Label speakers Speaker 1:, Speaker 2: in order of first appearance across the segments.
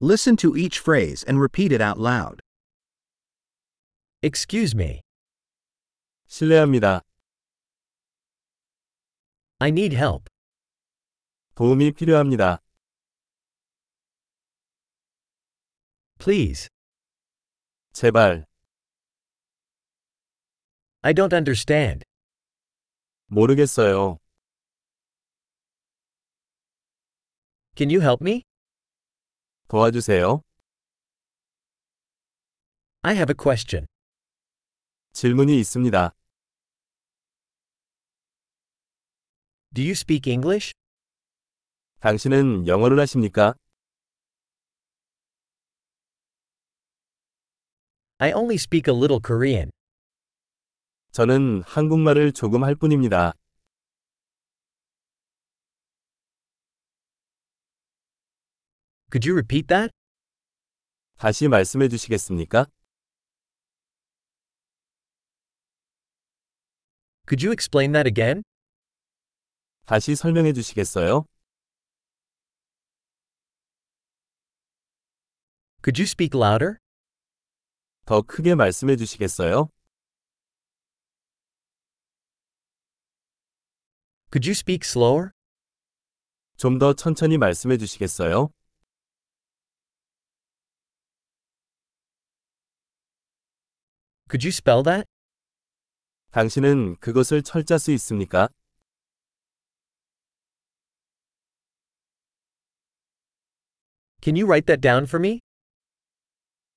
Speaker 1: Listen to each phrase and repeat it out loud.
Speaker 2: Excuse me.
Speaker 3: 실례합니다.
Speaker 2: I need help.
Speaker 3: 도움이 필요합니다.
Speaker 2: Please.
Speaker 3: 제발.
Speaker 2: I don't understand.
Speaker 3: 모르겠어요.
Speaker 2: Can you help me?
Speaker 3: 도와주세요.
Speaker 2: I have a question.
Speaker 3: 질문이 있습니다.
Speaker 2: Do you speak English?
Speaker 3: 당신은 영어를 하십니까?
Speaker 2: I only speak a little Korean.
Speaker 3: 저는 한국말을 조금 할 뿐입니다.
Speaker 2: Could you repeat that?
Speaker 3: 다시 말씀해 주시겠습니까?
Speaker 2: Could you explain that again?
Speaker 3: 다시 설명해 주시겠어요?
Speaker 2: Could you speak louder?
Speaker 3: 더 크게 말씀해 주시겠어요?
Speaker 2: Could you speak slower?
Speaker 3: 좀 더 천천히 말씀해 주시겠어요?
Speaker 2: Could you spell that?
Speaker 3: 당신은 그것을 철자 수 있습니까?
Speaker 2: Can you write that down for me?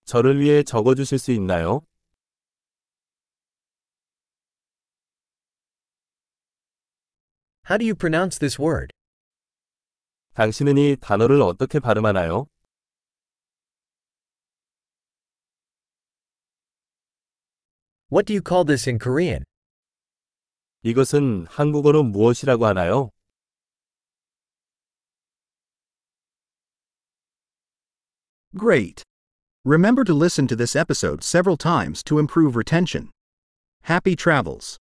Speaker 3: 저를 위해 적어 주실 수 있나요?
Speaker 2: How do you pronounce this word?
Speaker 3: 당신은 이 단어를 어떻게 발음하나요?
Speaker 2: What do you call this in Korean?
Speaker 3: 이것은 한국어로 무엇이라고 하나요?
Speaker 1: Great! Remember to listen to this episode several times to improve retention. Happy travels!